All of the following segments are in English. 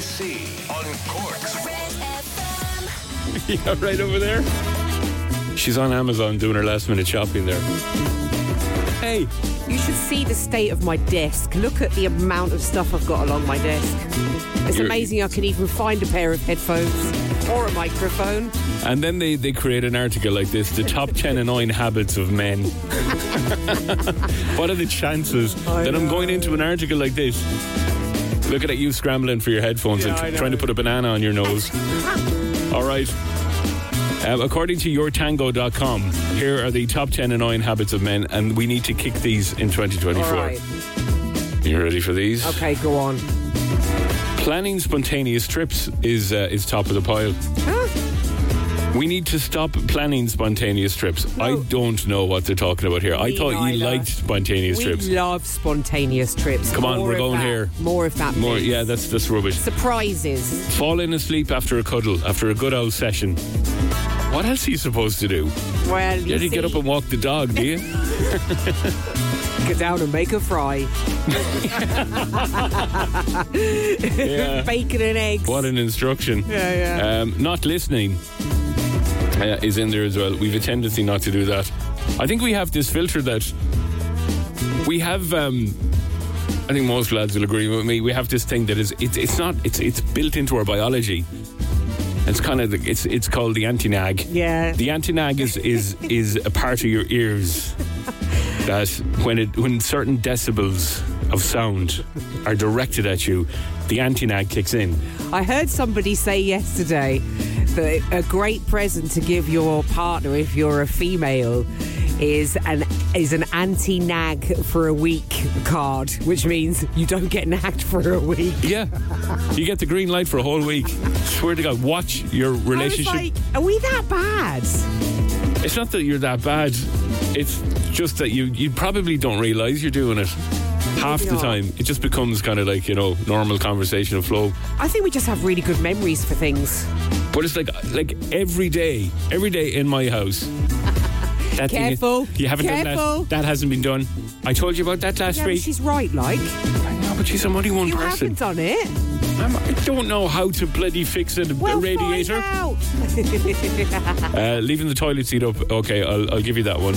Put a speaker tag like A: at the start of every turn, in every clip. A: C on Corks.
B: yeah, right over there. She's on Amazon doing her last minute shopping there. Hey,
C: You should see the state of my desk. Look at the amount of stuff I've got along my desk. It's
B: You're-
C: amazing I can even find a pair of headphones or a microphone.
B: and then they, they create an article like this the top 10 annoying habits of men. what are the chances
C: I
B: that I'm
C: know.
B: going into an article like this? Looking at you scrambling for your headphones
C: Yeah, I
B: and tr-
C: know.
B: trying to put a banana on your nose. All right. Um, according to yourtango.com, here are the top 10 annoying habits of men, and we need to kick these in 2024.
C: All right.
B: You ready for these?
C: Okay, go on.
B: Planning spontaneous trips is uh, is top of the pile. We need to stop planning spontaneous trips. I don't know what they're talking about here. I
C: Me
B: thought you
C: neither.
B: liked spontaneous
C: We
B: trips.
C: love spontaneous trips.
B: Come on,
C: More
B: we're
C: of
B: going
C: that.
B: here.
C: More of that.
B: More,
C: please.
B: yeah, that's that's rubbish.
C: Surprises.
B: Falling asleep after a cuddle, after a good old session. What else are you supposed to do?
C: Well, you
B: You have to get
C: see,
B: up and walk the dog, do you?
C: get down and make a fry.
B: yeah.
C: Bacon and eggs.
B: Uh. What an instruction.
C: Yeah, yeah.
B: Um, not listening uh, is in there as well. We've a tendency not to do that. I think we have this filter that we have. Um, I think most lads will agree with me. We have this thing that is it's it's not it's it's built into our biology. It's kind of the, it's it's called the anti nag.
C: Yeah.
B: The anti nag is is is a part of your ears that when it when certain decibels of sound are directed at you, the anti nag kicks in.
C: I heard somebody say yesterday that a great present to give your partner if you're a female is an is an anti nag for a week card, which means you don't get nagged for a week.
B: Yeah. You get the green light for a whole week. Swear to God, watch your
C: I was
B: relationship.
C: like, are we that bad?
B: it's not that you're that bad. It's just that you you probably don't realize you're doing it. Half the
C: Maybe not.
B: time, it just becomes kind of like, you know, normal conversational flow.
C: I think we just have really good memories for things.
B: But it's like like every day, every day in my house. That thing is-
C: Careful.
B: you haven't
C: Careful.
B: done that. That hasn't been done. I told you about that last
C: Yeah, but
B: week.
C: she's right, like
B: no, but she's, I'm only one
C: you
B: person.
C: haven't done it.
B: I'm, I don't know how to bloody fix a, a
C: Well,
B: radiator.
C: Find out.
B: Uh, leaving the toilet seat up. Okay, I'll, I'll give you that one.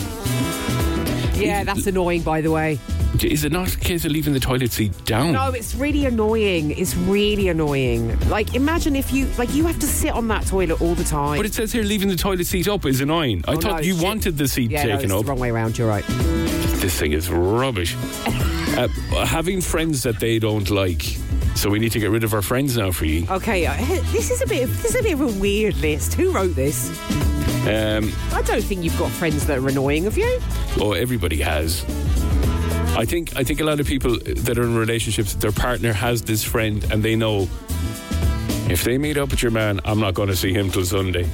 C: Yeah, that's annoying, by the way.
B: Is it not a case of leaving the toilet seat down?
C: No, it's really annoying. It's really annoying. Like, imagine if you like you have to sit on that toilet all the time.
B: But it says here leaving the toilet seat up is annoying. I
C: Oh,
B: thought
C: no,
B: you
C: shit.
B: wanted the seat
C: yeah, no,
B: taken
C: it's
B: up.
C: the wrong way around. You're right.
B: This thing is rubbish. uh, having friends that they don't like. So we need to get rid of our friends now for you.
C: Okay, uh, this is a bit. Of, this is a bit of a weird list. Who wrote this?
B: Um,
C: I don't think you've got friends that are annoying, have you?
B: oh, everybody has. I think I think a lot of people that are in relationships, their partner has this friend, and they know if they meet up with your man, I'm not going to see him till Sunday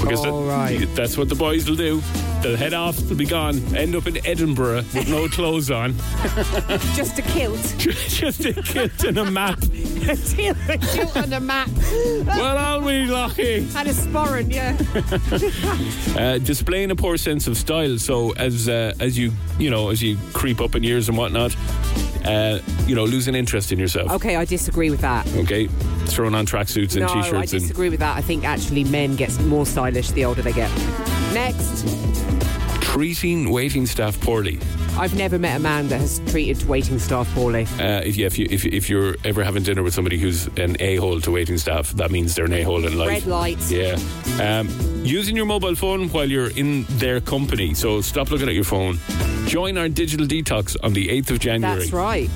B: because that-
C: All right.
B: that's what the boys will do. They'll head off, they'll be gone, end up in Edinburgh with no clothes on,
C: Just a kilt,
B: just a kilt and a map.
C: a tilt- a kilt and a map,
B: Well, aren't we lucky?
C: and a sporran. Yeah.
B: Uh, displaying a poor sense of style. So as uh, as you you know as you creep up in years and whatnot, uh, you know losing interest in yourself.
C: Okay, I disagree with that.
B: Okay, throwing on tracksuits and
C: No, I
B: t-shirts and
C: disagree with that. I think actually men get more stylish the older they get. Next.
B: treating waiting staff poorly.
C: I've never met a man that has treated waiting staff poorly.
B: Uh, if, yeah, if you if, you- if you're ever having dinner with somebody who's an a hole to waiting staff, that means they're an a hole in life.
C: Red lights.
B: Yeah. Um, using your mobile phone while you're in their company. So stop looking at your phone. Join our digital detox on the 8th of January.
C: That's right.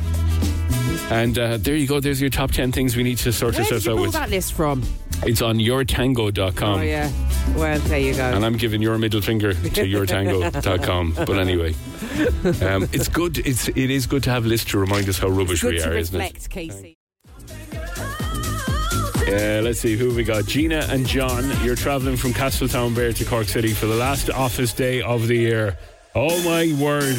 B: And uh, there you go. There's your top 10 things we need to sort
C: Where
B: ourselves
C: did you
B: out
C: pull
B: with.
C: that list from?
B: It's on yourtango.com.
C: oh yeah. Well, there you go.
B: Um, And I'm giving your middle finger to yourtango.com. But anyway, um, it's good. It's it is good to have lists to remind us how rubbish
C: Good
B: we
C: to
B: are, isn't it?
C: reflect, Casey.
B: Uh, let's see who we got. Gina and John, you're travelling from Castletown Bear to Cork City for the last office day of the year. Oh my word!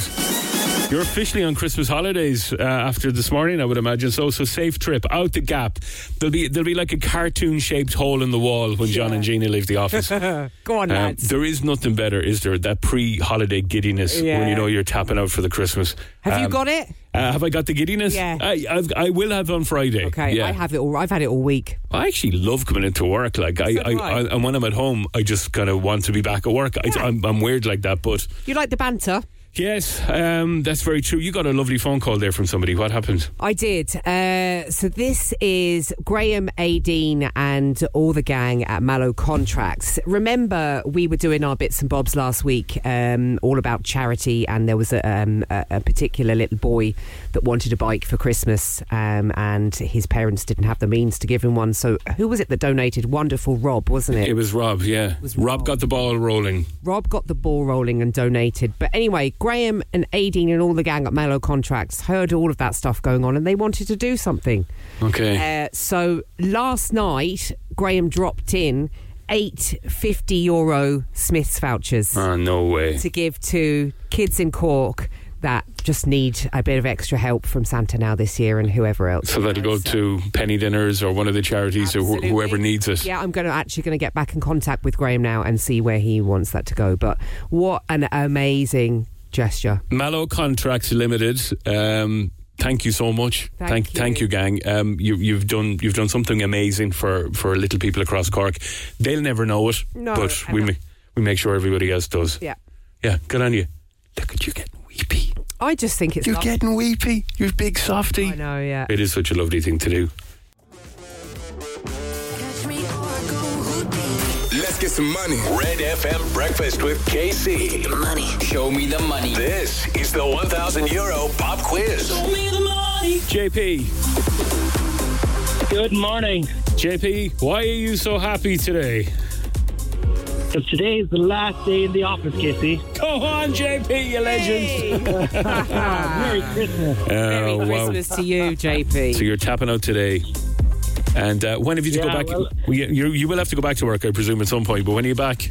B: You're officially on Christmas holidays uh, after this morning, I would imagine. So, so safe trip out the gap. There'll be there'll be like a cartoon shaped hole in the wall when John and Gina leave the office.
C: Go on,
B: Um,
C: lads.
B: there is nothing better, is there? That pre-holiday giddiness when
C: Yeah.
B: you know you're tapping out for the Christmas.
C: Have you
B: Um,
C: got it?
B: Uh, have I got the giddiness?
C: Yeah.
B: I, I've, I will have on Friday.
C: Okay,
B: Yeah.
C: I have it all. I've had it all week.
B: I actually love coming into work. Like I,
C: So
B: I,
C: do I.
B: I, and when I'm at home, I just kind of want to be back at work. I, I'm, I'm weird like that, but
C: You like the banter?
B: yes, um, that's very true. You got a lovely phone call there from somebody. What happened?
C: I did. Uh, so this is Graham Adine and all the gang at Mallow Contracts. Remember, we were doing our bits and bobs last week, um, all about charity, and there was a, um, a, a particular little boy that wanted a bike for Christmas, um, and his parents didn't have the means to give him one. So who was it that donated? Wonderful Rob, wasn't it?
B: It was Rob. Yeah,
C: was
B: Rob
C: Rob.
B: got the ball rolling.
C: Rob got the ball rolling and donated. But anyway, Graham and Adine and all the gang at Mallow Contracts heard all of that stuff going on and they wanted to do something.
B: Okay.
C: Uh, so last night, Graham dropped in eight 50 euro Smith's vouchers
B: Ah, no way.
C: to give to kids in Cork that just need a bit of extra help from Santa now this year and whoever else.
B: So that'll go to penny dinners or one of the charities or wh-
C: Absolutely.
B: whoever needs it.
C: Yeah, I'm going to actually going to get back in contact with Graham now and see where he wants that to go. But what an amazing gesture!
B: Mallow Contracts Limited. Um, thank you so much.
C: Thank you.
B: thank you, gang. Um, you, you've done you've done something amazing for for little people across Cork. They'll never know it,
C: No,
B: but
C: I
B: we
C: know.
B: ma- we make sure everybody else does.
C: Yeah.
B: yeah. Good on you. Look at you getting weepy.
C: I just think it's
B: You're
C: lovely.
B: getting weepy. You big softy.
C: I know, yeah.
B: It is such a lovely thing to do.
D: Catch me or go Houdini.
A: Let's get some money. Red FM Breakfast with KC.
D: Money.
E: Show me the money.
A: This is the 1000 euro pop quiz.
B: JP,
F: Good morning.
B: JP, why are you so happy today?
F: Because today is the last day in the office, Kissy.
B: Come on, JP, you legend.
F: Merry Christmas.
B: Oh,
C: Merry
B: wow.
C: Christmas to you, JP.
B: So you're tapping out today. And uh, when have you to go
F: Yeah,
B: back?
F: well-
B: Well, you, you, you will have to go back to work, I presume, at some point. But when are you back?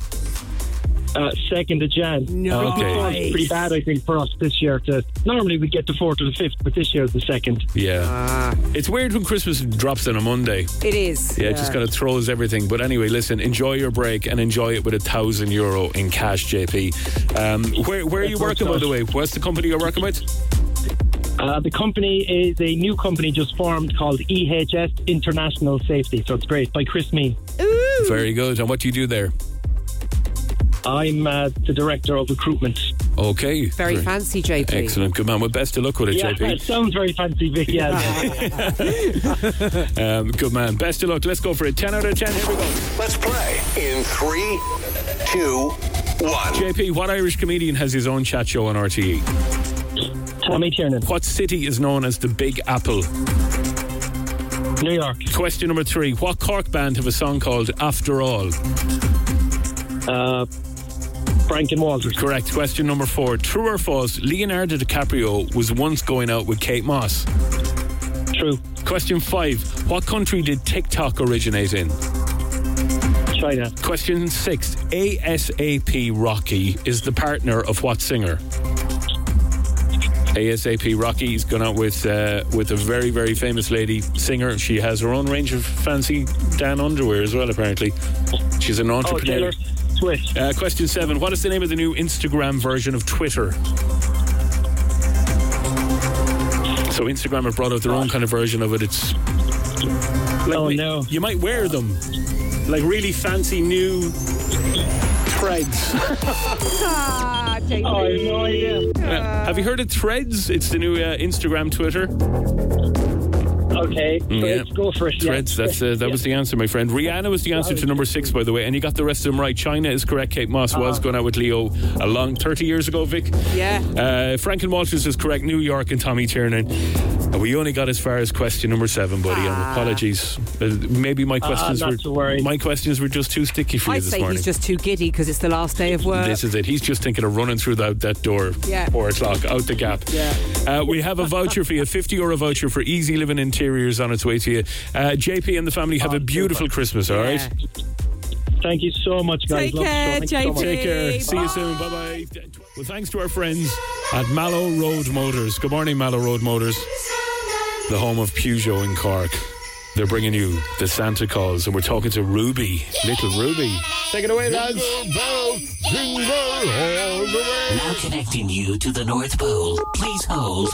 F: Uh, second of Jan.
C: No.
F: Uh, it's pretty bad, I think, for us this year. To normally we get the fourth or the fifth, but this year is the second.
B: Yeah. it's weird when Christmas drops on a Monday.
C: Ah, It is.
B: Yeah, it just kind of throws everything. But anyway, listen, enjoy your break and enjoy it with a thousand euro in cash, JP. Um, where, where are you
F: That's
B: working, by
F: awesome.
B: the way? What's the company you're working with?
F: Uh, the company is a new company just formed called EHS International Safety, so it's great. By Chris Mean,
B: Very good. And what do you do there?
F: I'm uh, the director of recruitment.
B: Okay.
C: Very
B: Great.
C: fancy, JP.
B: Excellent. Good man. Well, best of luck with it,
F: Yeah,
B: JP.
F: it sounds very fancy, Vic. Yeah.
B: Um, good man. Best of luck. Let's go for it. 10 out of 10. Here we go.
A: Let's play in three, two, one.
B: JP, what Irish comedian has his own chat show on E? RTE?
F: Tommy Tiernan,
B: What city is known as the Big Apple?
F: New York.
B: Question number three. What Cork band have a song called After All?
F: Uh, Frank and Walters.
B: Correct. Question number four. True or false, Leonardo DiCaprio was once going out with Kate Moss.
F: True.
B: Question five. What country did TikTok originate in?
F: China.
B: Question six. ASAP Rocky is the partner of what singer? ASAP Rocky's gone out with uh, with a very very famous lady singer. She has her own range of fancy Dan underwear as well. Apparently, she's an
F: Oh,
B: entrepreneur.
F: Taylor Swift.
B: uh, question seven: What is the name of the new Instagram version of Twitter? So Instagram have brought out their own kind of version of it. It's like
F: Oh,
B: we-
F: no.
B: you might wear them like really fancy new threads.
C: Ah, JP.
F: Oh, I have no idea.
B: Uh, have you heard of Threads? It's the new uh, Instagram, Twitter.
F: Okay, let's
B: yeah.
F: go for it.
B: Threads. That's uh, that was the answer, my friend. Rihanna was the answer to number six, by the way, and you got the rest of them right. China is correct. Kate
C: Ah.
B: Moss was going out with Leo a long thirty years ago, Vic.
C: Yeah.
B: Uh, Franklin Walters is correct. New York and Tommy Tiernan. And We only got as far as question number seven, buddy.
C: Ah.
B: And apologies. Uh, maybe my questions
F: not
B: were
F: to worry.
B: my questions were just too sticky for
C: I
B: you this
C: say
B: morning.
C: he's just too giddy because it's the last day of work.
B: This is it. He's just thinking of running through that, that door.
C: Uh, Yeah.
B: Four o'clock, out the gap.
C: Yeah.
B: Uh, we have a voucher for you, a 50 euro voucher for Easy Living Interiors on its way to you. Uh, JP and the family have a beautiful Christmas, all right?
C: Yeah.
F: Thank you so much, guys.
C: Take
F: Love the show.
C: care,
F: Thank you so
C: JT.
F: much.
B: Take care. See
C: Bye.
B: you soon. Bye bye. Well, thanks to our friends at Mallow Road Motors. Good morning, Mallow Road Motors, the home of Peugeot in Cork. They're bringing you the Santa Claus, and we're talking to Ruby, little Ruby. Take it away, lads.
E: Now connecting you to the North Pole. Please hold.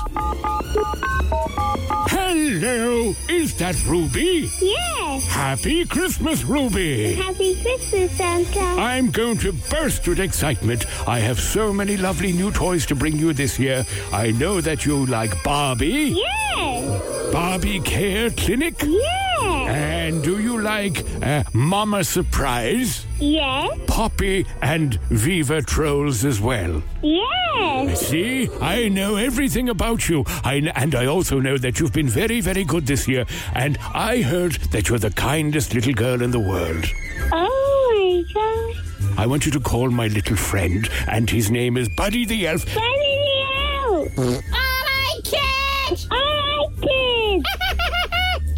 B: Hello, is that Ruby?
G: Yes.
B: Happy Christmas, Ruby.
G: Happy Christmas, Santa.
B: I'm going to burst with excitement. I have so many lovely new toys to bring you this year. I know that you like Barbie,
G: Yes.
B: Barbie Care Clinic,
G: Yes.
B: and do you like uh, Mama Surprise,
G: Yes.
B: Poppy, and Viva Trolls as well?
G: Yes.
B: See, I know everything about you. I, kn- and I also know that you've been very, very good this year. And I heard that you're the kindest little girl in the world.
G: Oh my God.
B: I want you to call my little friend, and his name is Buddy the Elf.
G: Send me out.
H: I can't!
G: I like kids.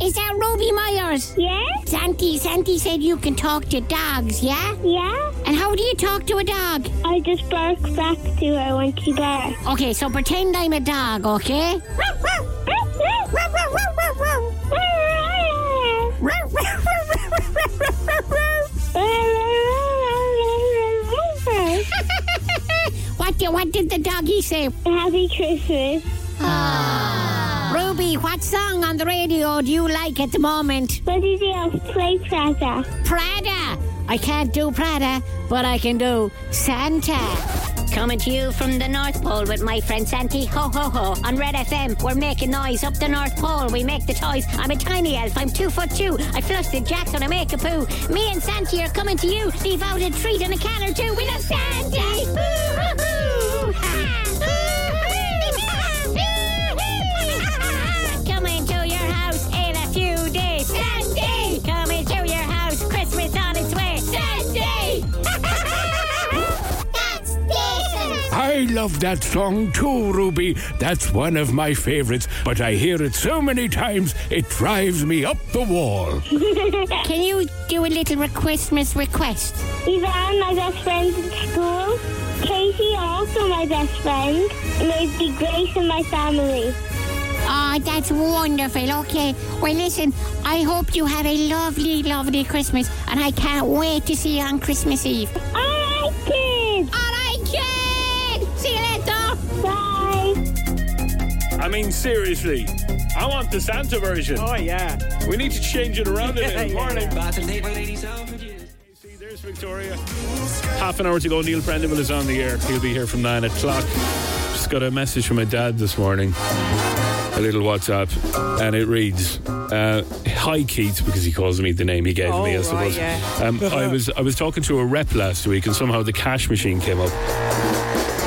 H: Is that Ruby Myers?
G: Yes.
H: Santi, Santi said you can talk to dogs, yeah?
G: Yeah.
H: And how do you talk to a dog?
G: I just bark back to her when she barks.
H: Okay, so pretend I'm a dog, okay? What did, what did the doggy say?
G: Happy Christmas.
H: Ruby, what song on the radio do you like at the moment?
G: What did you have? Play Prada.
H: Prada. I can't do Prada, but I can do Santa. Coming to you from the North Pole with my friend Santi. Ho ho ho. On Red FM, we're making noise up the North Pole. We make the toys. I'm a tiny elf. I'm two foot two. I flush the jacks and I make a poo. Me and Santi are coming to you. Leave out a treat and a can or two. We love Santi. Boo, hoo, hoo. Ha. Boo, hoo, ha. Boo, hoo, ha. Coming to your house in a few days. Santi! Coming to your house. Christmas on its way. Santi! That's decent.
B: I love that song too, Ruby. That's one of my favorites, but I hear it so many times it drives me up the wall.
H: Can you do a little re- Christmas request?
G: Yvonne, my best friend in school. Katie, also my best friend. And it'd be Grace and my family.
H: Oh, that's wonderful. Okay. Well, listen, I hope you have a lovely, lovely Christmas, and I can't wait to see you on Christmas Eve.
G: I like kids.
H: All right, kid! See you later!
G: Bye.
B: I mean, seriously, I want the Santa version.
C: Oh, yeah.
B: We need to change it around a
C: Yeah,
B: bit.
C: yeah.
B: Morning. See, There's Victoria. Half an hour to go. Neil Prendeville is on the air. He'll be here from nine o'clock. Just got a message from my dad this morning. A little WhatsApp, and it reads, uh, "Hi Keith," because he calls me the name he gave
C: Oh,
B: me. I
C: right,
B: suppose.
C: yeah.
B: um, I was I was talking to a rep last week, and somehow the cash machine came up.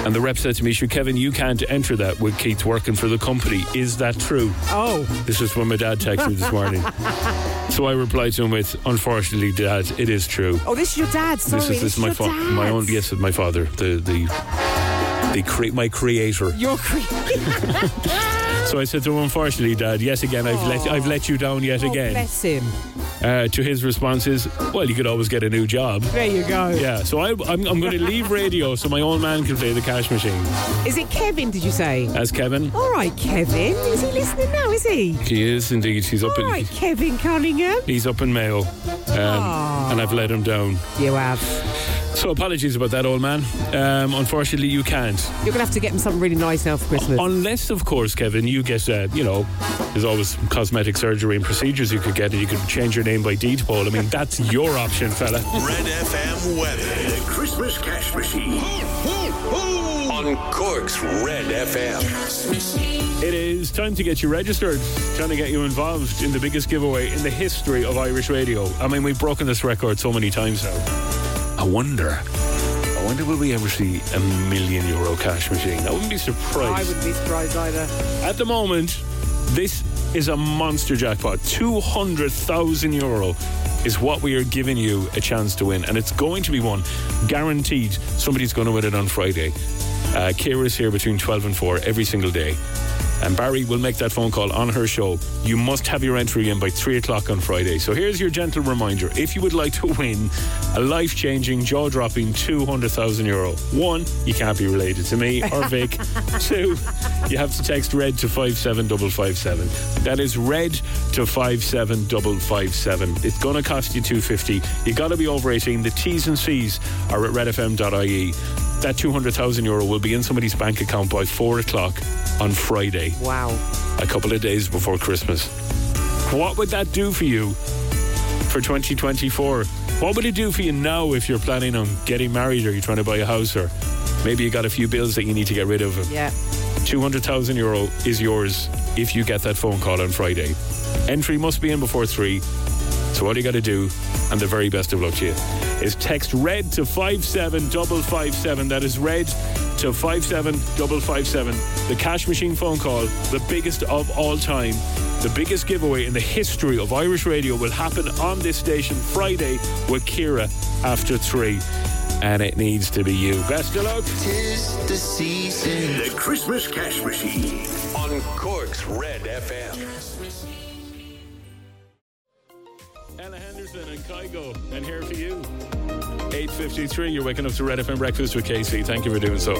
B: And the rep said to me, "Sure, Kevin, you can't enter that with Keith working for the company. Is that true?"
C: Oh,
B: This is when my dad texted me this morning. so I replied to him with, "Unfortunately, Dad, it is true.
C: oh, this is your dad. Sorry,
B: this is this is my
C: your
B: fa-
C: dad.
B: my own yes, my father, the the the cre- my creator."
C: Your cre-
B: So I said to him, "Unfortunately, Dad, yes again, I've let I've let you down yet
C: oh,
B: again."
C: bless him.
B: Uh, to his response is, "Well, you could always get a new job."
C: There you go.
B: Yeah, so I, I'm, I'm going to leave radio so my old man can play the cash machine.
C: Is it Kevin, did you say?
B: As Kevin,
C: All right, Kevin. Is he listening now, is he?
B: he is indeed. He's up
C: All
B: in
C: right, Kevin Cunningham.
B: he's up in Mayo, um, and I've let him down.
C: You have.
B: So apologies about that, old man. Um, unfortunately, you can't.
C: You're going to have to get him something really nice now for Christmas.
B: Unless, of course, Kevin, you get, uh, you know, there's always cosmetic surgery and procedures you could get, and you could change your name by deed poll. I mean, that's your option, fella.
A: Red FM weather
I: The Christmas cash machine.
A: on Cork's Red FM.
B: It is time to get you registered, trying to get you involved in the biggest giveaway in the history of Irish radio. I mean, we've broken this record so many times now. I wonder. I wonder will we ever see a million euro cash machine? I wouldn't be surprised.
C: I wouldn't be surprised either.
B: At the moment, this is a monster jackpot. 200,000 euro is what we are giving you a chance to win. And it's going to be one guaranteed. Somebody's going to win it on Friday. Uh, Kira's here between 12 and 4 every single day. And Barry will make that phone call on her show. You must have your entry in by three o'clock on Friday. So here's your gentle reminder if you would like to win a life changing, jaw dropping 200,000 euro, one, you can't be related to me or Vic. Two, you have to text red to 57557. That is red to 57557. It's going to cost you 250. You got to be over 18. The T's and C's are at redfm.ie. That 200,000 euro will be in somebody's bank account by four o'clock on Friday
C: Wow.
B: a couple of days before Christmas. What would that do for you for 2024? What would it do for you now if you're planning on getting married or you're trying to buy a house or maybe you got a few bills that you need to get rid of?
C: Yeah.
B: 200,000 euro is yours if you get that phone call on Friday. Entry must be in before three. So all you got to do, and the very best of luck to you, is text red to 57557. That is red to 57557. The cash machine phone call, the biggest of all time, the biggest giveaway in the history of Irish radio will happen on this station Friday with Kira after three. And it needs to be you. Best of luck.
I: Tis the season. The Christmas cash machine.
A: on Cork's Red FM.
B: Anna Henderson and Kygo, and here for you. 8.53, you're waking up to Red FM Breakfast with Casey. Thank you for doing so.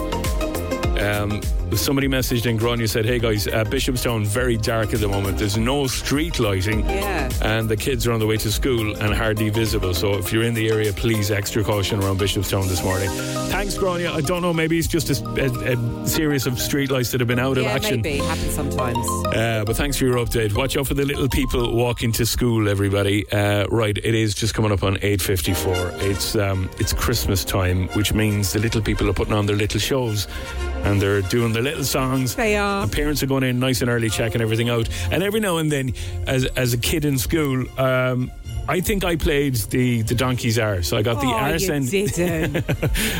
B: Um, somebody messaged in Grania said, hey guys, uh, Bishopstown very dark at the moment. There's no street lighting.
C: Yeah.
B: And the kids are on the way to school and hardly visible. So if you're in the area, please extra caution around Bishopstown this morning. Thanks, Grania. I don't know, maybe it's just a, a, a series of street lights that have been out of
C: Yeah,
B: action.
C: maybe. Happens sometimes.
B: Uh, but thanks for your update. Watch out for the little people walking to school, everybody. Uh, right, it is just coming up on eight fifty-four. It's um, it's Christmas time, which means the little people are putting on their little shows, and they're doing their little songs.
C: They are.
B: And parents are going in nice and early, checking everything out. And every now and then, as as a kid in school, um, I think I played the the donkey's arse. So I got the
C: oh,
B: arse
C: you Oh,
B: end.
C: didn't.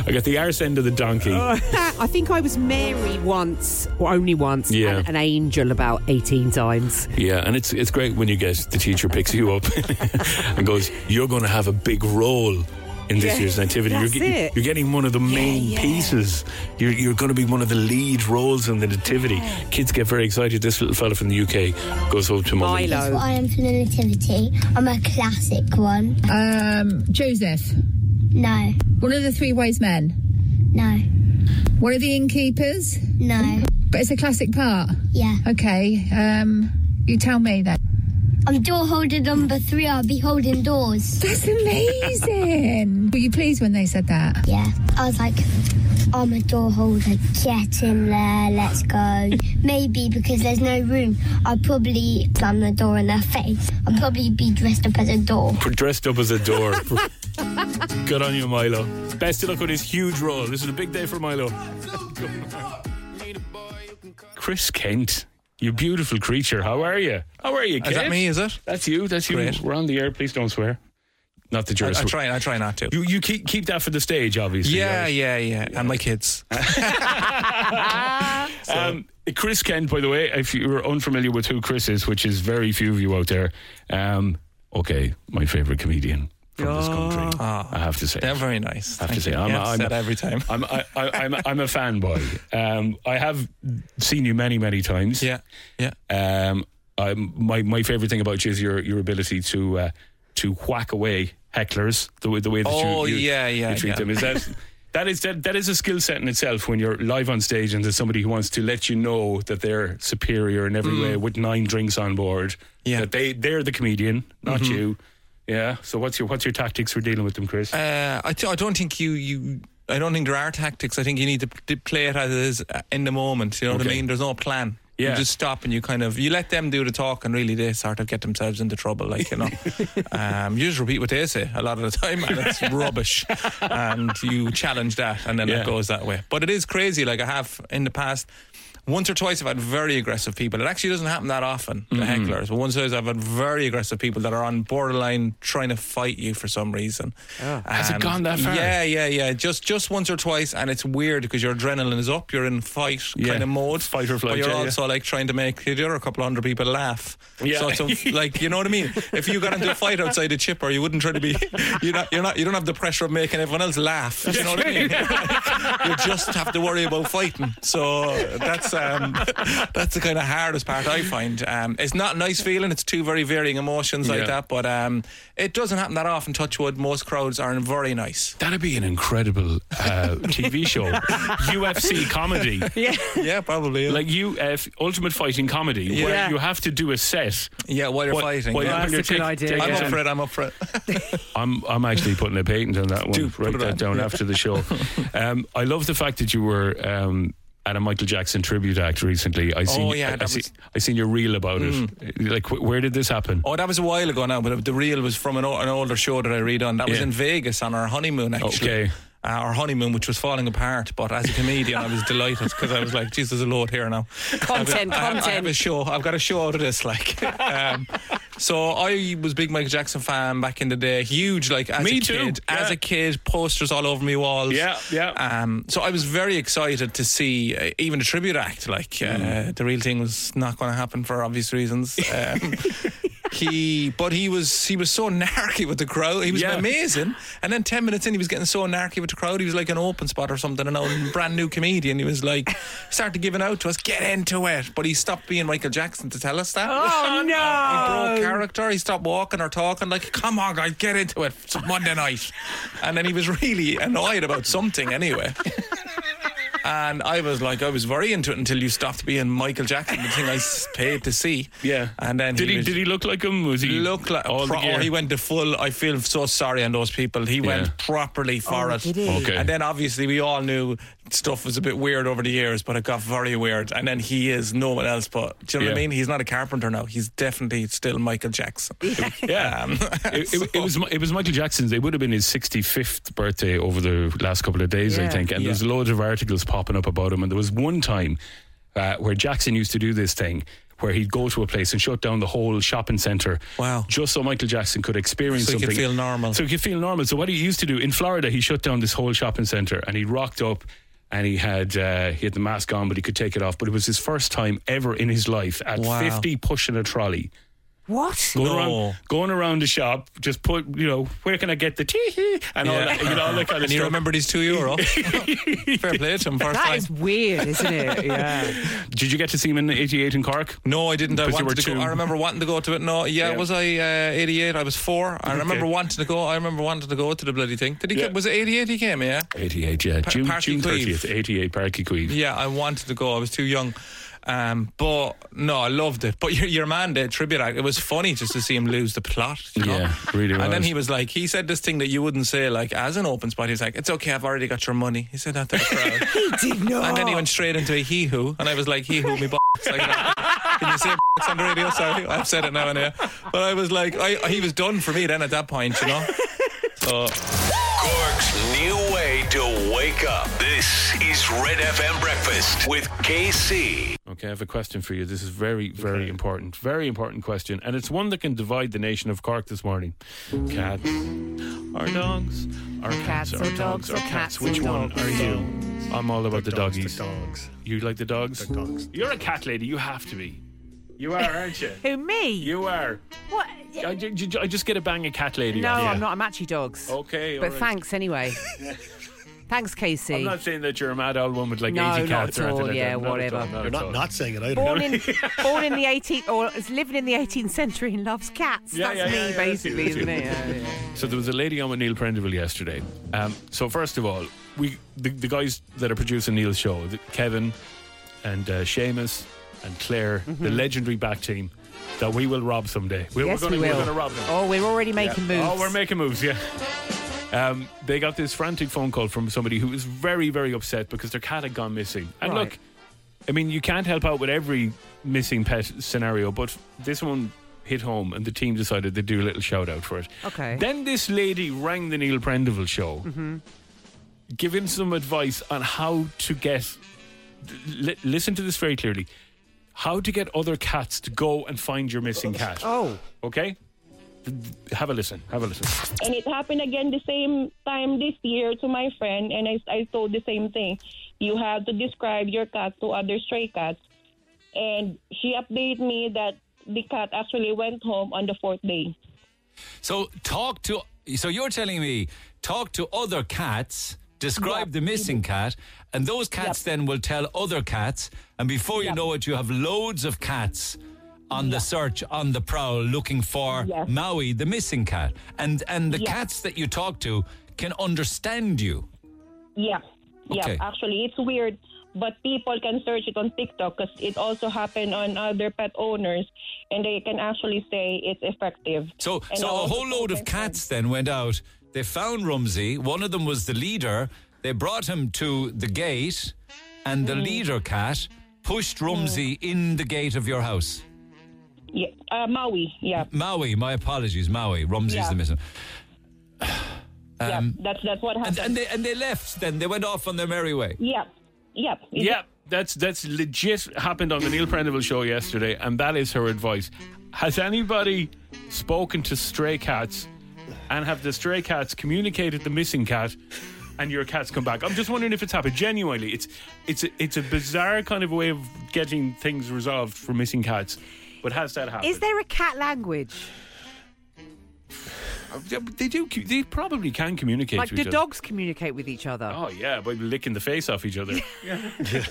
B: I got the arse end of the donkey.
C: I think I was Mary once, or only once,
B: Yeah.
C: and an angel about 18 times.
B: Yeah, and it's it's great when you get the teacher picks you up and goes, "You're going to have a big role in this
C: Yeah,
B: year's nativity. You're,
C: that's
B: get-
C: it.
B: you're getting one of the main pieces. You're, you're going to be one of the lead roles in the nativity." Kids get very excited. This little fella from the UK goes up to mum. and-
C: Milo.
G: I am for the nativity. I'm a classic one.
J: Um, Joseph,
G: No,
J: one of the three wise men,
G: no,
J: one of the innkeepers,
G: no.
J: but it's a classic part.
G: Yeah.
J: Okay, um, you tell me then.
G: I'm door holder number three. I'll be holding doors.
J: That's amazing. Were you pleased when they said that?
G: Yeah. I was like, I'm a door holder. Get in there. Let's go. Maybe because there's no room, I'll probably slam the door in their face. I'll probably be dressed up as a door.
B: dressed up as a door. Good on you, Milo. Best of luck with his huge role. This is a big day for Milo. Chris Kent, you beautiful creature. How are you? How are you, kid?
K: Is that me, is it?
B: That's you. That's you.
K: Great.
B: We're on the air. Please don't swear. Not that you're.
K: I,
B: a
K: I
B: swe-
K: try. I try not to.
B: You you keep keep that for the stage, obviously.
K: yeah,
B: right?
K: yeah, yeah, And my kids.
B: Um, Chris Kent, by the way, if you're unfamiliar with who Chris is, which is very few of you out there, um, okay, my favorite comedian from this country.
K: Ah.
B: I have to say.
K: They're very nice.
B: I have to
K: Thank
B: say,
K: you.
B: I'm,
K: Yeah,
B: I'm
K: said every time.
B: I'm I, I, I'm I'm a fanboy. Um, I have seen you many many times.
K: Yeah, yeah.
B: Um, i my my favorite thing about you is your your ability to uh, to whack away hecklers the way the way that you-
K: Oh,
B: you,
K: yeah, yeah,
B: you treat
K: yeah.
B: them is that. That is that, that is a skill set in itself when you're live on stage and there's somebody who wants to let you know that they're superior in every way with nine drinks on board.
K: Mm. Yeah. Mm-hmm.
B: That they they're the comedian, not you. Yeah. So what's your what's your tactics for dealing with them, Chris?
K: Uh, I, t- I don't think you, you. I don't think there are tactics. I think you need to, to play it as it is uh, in the moment. You know what I
B: Okay.
K: mean? There's no plan.
B: Yeah.
K: You just stop and you kind of you let them do the talk and really they sort of get themselves into trouble. Like you know, um, you just repeat what they say a lot of the time and it's rubbish. And you challenge that and then
B: Yeah.
K: it goes that way. But it is crazy. Like I have in the past. Once or twice, I've had very aggressive people. It actually doesn't happen that often,
B: Mm-hmm.
K: the hecklers. But once or twice, I've had very aggressive people that are on borderline trying to fight you for some reason.
B: Has it
K: And-
B: gone that far?
K: Yeah, yeah, yeah. Just just once or twice, and it's weird because your adrenaline is up. You're in fight
B: Yeah.
K: kind of mode,
B: Fight or flight,
K: But you're
B: yeah, yeah.
K: also like trying to make the other couple hundred people laugh.
B: Yeah.
K: So it's a, like you know what I mean. If you got into a fight outside a chipper, you wouldn't try to be. You're not. You're not. You don't have the pressure of making everyone else laugh. You know what I mean? you just have to worry about fighting. So that's um, that's the kind of hardest part I find. Um, it's not a nice feeling. It's two very varying emotions
B: Yeah.
K: like that, but um, it doesn't happen that often. Touchwood, most crowds are very nice.
B: That'd be an incredible uh, TV show, UFC comedy.
C: Yeah,
K: yeah, probably. yeah.
B: Like UF Ultimate Fighting Comedy,
K: Yeah.
B: where you have to do a set.
K: yeah, while you're
B: What-
K: fighting.
B: what-
K: yeah.
B: when you're That's a good taking- idea, taking
K: I'm
B: yeah.
K: up for it. I'm up for it.
B: I'm I'm actually putting a patent on that one.
K: Do put
B: Write
K: it
B: that
K: on.
B: down after the show. Um, I love the fact that you were um, at a Michael Jackson tribute act recently. I seen
K: Oh, yeah,
B: I, I
K: that
B: see-
K: was- Mm.
B: I seen your reel about it. Like wh- where did this happen?
K: Oh, that was a while ago now, but the reel was from an, o- an older show that I redone. That was
B: Yeah.
K: in Vegas on our honeymoon, actually.
B: Okay.
K: Uh, our honeymoon, which was falling apart, but as a comedian, I was delighted because I was like, "Geez, there's a load here now."
C: Content,
K: I've, I have- I have
C: content.
K: a show. I've got a show out of this. Like, um, so I was a big Michael Jackson fan back in the day. Huge, like as
B: Me
K: a
B: too,
K: kid. As
B: yeah.
K: a kid, posters all over me walls.
B: Yeah, yeah.
K: Um, so I was very excited to see uh, even the tribute act. Like, uh,
B: Mm.
K: the real thing was not going to happen for obvious reasons. Um, he but he was he was so narky with the crowd he was
B: Yeah.
K: amazing and then 10 minutes in he was getting so narky with the crowd he was like an open spot or something and a brand new comedian he was like started giving out to us get into it but he stopped being Michael Jackson to tell us that
C: Oh,
K: he
C: no.
K: broke character he stopped walking or talking like come on guys get into it it's Monday night and then he was really annoyed about something anyway and I was like, I was very into it until you stopped being Michael Jackson, the thing I s- paid to see. and then
B: did he,
K: was-
B: did he look like him? Was he
K: look like
B: all the
K: pro-
B: gear?
K: or he went to full I feel so sorry on those people he
B: Yeah.
K: went properly for it
C: did Oh, he?
B: Okay.
K: and then obviously we all knew stuff was a bit weird over the years but it got very weird and then he is no one else but do you know what
B: Yeah.
K: I mean he's not a carpenter now he's definitely still Michael Jackson
B: Yeah,
K: Um,
B: it, it, it was Mi- it was Michael Jackson's. It would have been his 65th birthday over the last couple of days, I
C: Yeah.
B: think. And there's loads of articles popping up about him. And there was one time uh, where Jackson used to do this thing where he'd go to a place and shut down the whole shopping center.
K: Wow.
B: Just so Michael Jackson could experience
K: So he could
B: something.
K: feel normal.
B: So he could feel normal. So what he used to do in Florida, he shut down this whole shopping center and he rocked up. And he had uh, he had the mask on, but he could take it off. But it was his first time ever in his life at
K: Wow.
B: fifty pushing a trolley
C: What?
B: going
K: No.
B: around going around the shop, just put you know, where can I get the tea and all that, you know, all that kind of
K: and he
B: stuff.
K: remembered his two euro fair play to him first
C: That
K: time
C: is weird, isn't it? Yeah.
B: Did you get to see him in '88 in Cork?
K: No, I didn't. I
B: Because you
K: wanted
B: were
K: to
B: too-
K: go. I remember wanting to go to it. No, yeah,
B: Yeah.
K: was I uh, 88? I was four. I remember wanting to go. I remember wanting to go to the bloody thing. Did he?
B: Yeah.
K: Get, was it 88? He came. Yeah.
B: '88, yeah, June,
K: Parky
B: June
K: Queeve.
B: 30th, '88, Parky Queen.
K: Yeah, I wanted to go. I was too young. Um, but no, I loved it. But your, your man did tribute act. It was funny just to see him lose the plot. you know?
B: Yeah, really
K: And then
B: was.
K: he was like, he said this thing that you wouldn't say, like as an open spot. He was like, "It's okay, I've already got your money." He said that to the crowd.
C: He did not.
K: And then he went straight into a he who, and I was like, he who me b-. Like, can you say b- on the radio? Sorry, I've said it now and here. But I was like, I, he was done for me then at that point, you know. So
A: Cork's new way to wake up. This is Red FM Breakfast with KC.
B: Okay, I have a question for you. This is very, very important, very important question, and it's one that can divide the nation of Cork this morning. Cats are dogs, are cats,
C: Cats
B: are dogs,
C: and dogs,
B: are
C: and
B: cats.
C: cats
B: Which
C: and
B: one
C: dogs.
B: are you? I'm all about the
L: dogs,
B: doggies.
L: The dogs.
B: You like the dogs?
L: The dogs.
B: You're a cat lady. You have to be. You are, aren't you?
M: Who me?
B: You are.
M: What?
B: I, ju- ju- I just get a bang of cat lady.
M: No,
B: on you.
M: I'm not. I'm actually dogs.
B: Okay,
M: but
B: alright.
M: thanks anyway. thanks, Casey.
B: I'm not saying that you're a mad old woman with like
M: No,
B: 80
M: not
B: cats
M: at
B: or
M: all,
B: anything like
M: yeah,
B: that. Not at all,
M: whatever.
B: at
L: You're not
B: all.
L: not saying it either.
M: born in born in the 18th or is living in the 18th century and loves cats.
B: Yeah,
M: That's
B: yeah,
M: me
B: yeah, yeah,
M: basically,
B: that's you,
M: isn't it?
B: that's
M: Yeah, yeah.
B: So there was a lady on with Neil Prendeville yesterday. Um, so first of all, we the, the guys that are producing Neil's show, the, Kevin and uh, Seamus and Claire, the legendary back team that we will rob someday. We,
M: Mm-hmm. Yes,
B: we're gonna,
M: we
B: are
M: will.
B: going to rob them.
M: Oh, we're already making
B: Yeah.
M: moves.
B: Oh, we're making moves, yeah. Um, they got this frantic phone call from somebody who was very, very upset because their cat had gone missing. And
M: Right.
B: look, I mean, you can't help out with every missing pet scenario, but this one hit home and the team decided they'd do a little shout out for it.
M: Okay. Mm-hmm.
B: Then this lady rang the Neil Prendeville show, giving some advice on how to get. Li- listen to this very clearly. How to get other cats to go and find your missing cat.
M: Oh.
B: Okay? Have a listen. Have a listen.
N: And it happened again the same time this year to my friend, and I, I told the same thing. You have to describe your cat to other stray cats. And she updated me that the cat actually went home on the fourth day.
O: So talk to. So you're telling me talk to other cats
L: describe the missing cat, and those cats then will tell other cats, and before you know it, you have loads of cats on the search, on the prowl, looking for Maui, the missing cat, and and the cats that you talk to can understand you.
G: Yeah. Yeah.
L: Okay.
G: Actually, it's weird, but people can search it on TikTok because it also happened on other pet owners, and they can actually say it's effective.
L: So,
G: And
L: so
G: I
L: a
G: also
L: whole load of cats then went out. They found Rumsey. One of them was the leader. They brought him to the gate, and the leader cat pushed Rumsey in the gate of your house.
G: Yeah, uh, Maui. Yeah,
L: Maui, my apologies, Maui. Rumsey's
G: Yeah.
L: the missing. Um,
G: that's that's what happened.
L: and they and they left. Then they went off on their merry way.
G: yeah, yeah,
B: Yeah, that's that's legit happened on the Neil Prendeville show yesterday, and that is her advice. Has anybody spoken to stray cats, and have the stray cats communicated the missing cat, and your cat's come back? I'm just wondering if it's happened. Genuinely, it's it's a, it's a bizarre kind of way of getting things resolved for missing cats. But has that happened?
C: Is there a cat language?
B: Uh, Yeah, but they do. They probably can communicate.
C: Like,
B: to
C: do
B: each other.
C: dogs communicate with each other?
B: Oh yeah, by licking the face off each other.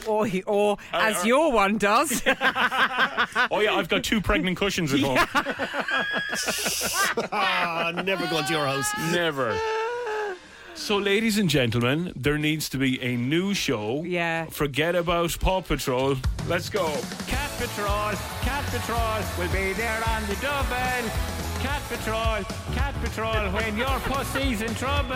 C: Or, he- or as your one does.
B: oh yeah, I've got two pregnant cushions at home.
F: never going to your house.
B: Never. So, ladies and gentlemen, there needs to be a new show. Yeah. Forget about Paw Patrol. Let's go. Cat Patrol, Cat Patrol will be there on the double. Cat Patrol, Cat Patrol, when your pussy's in trouble,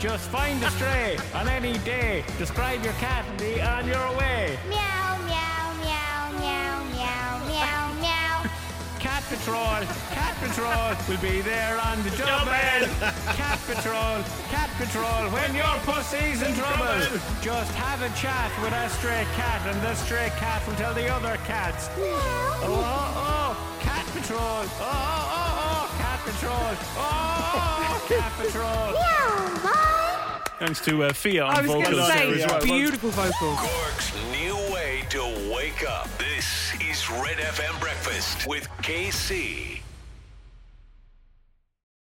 B: just find a stray on any day. Describe your cat and uh, be on your way.
H: Meow, meow, meow, meow, meow, meow, meow.
B: Cat Patrol, Cat Patrol will be there on the double. Cat Patrol, Cat Patrol, when your pussy's in trouble, just have a chat with a stray cat, and the stray cat will tell the other cats. Oh, oh, oh, Cat Patrol. Oh, oh, oh, oh, Cat Patrol. Oh, oh, oh Cat Patrol. Thanks to uh, Fia
C: I was going to say, beautiful vocals.
A: Cork's new way to wake up. This is Red FM Breakfast with KC.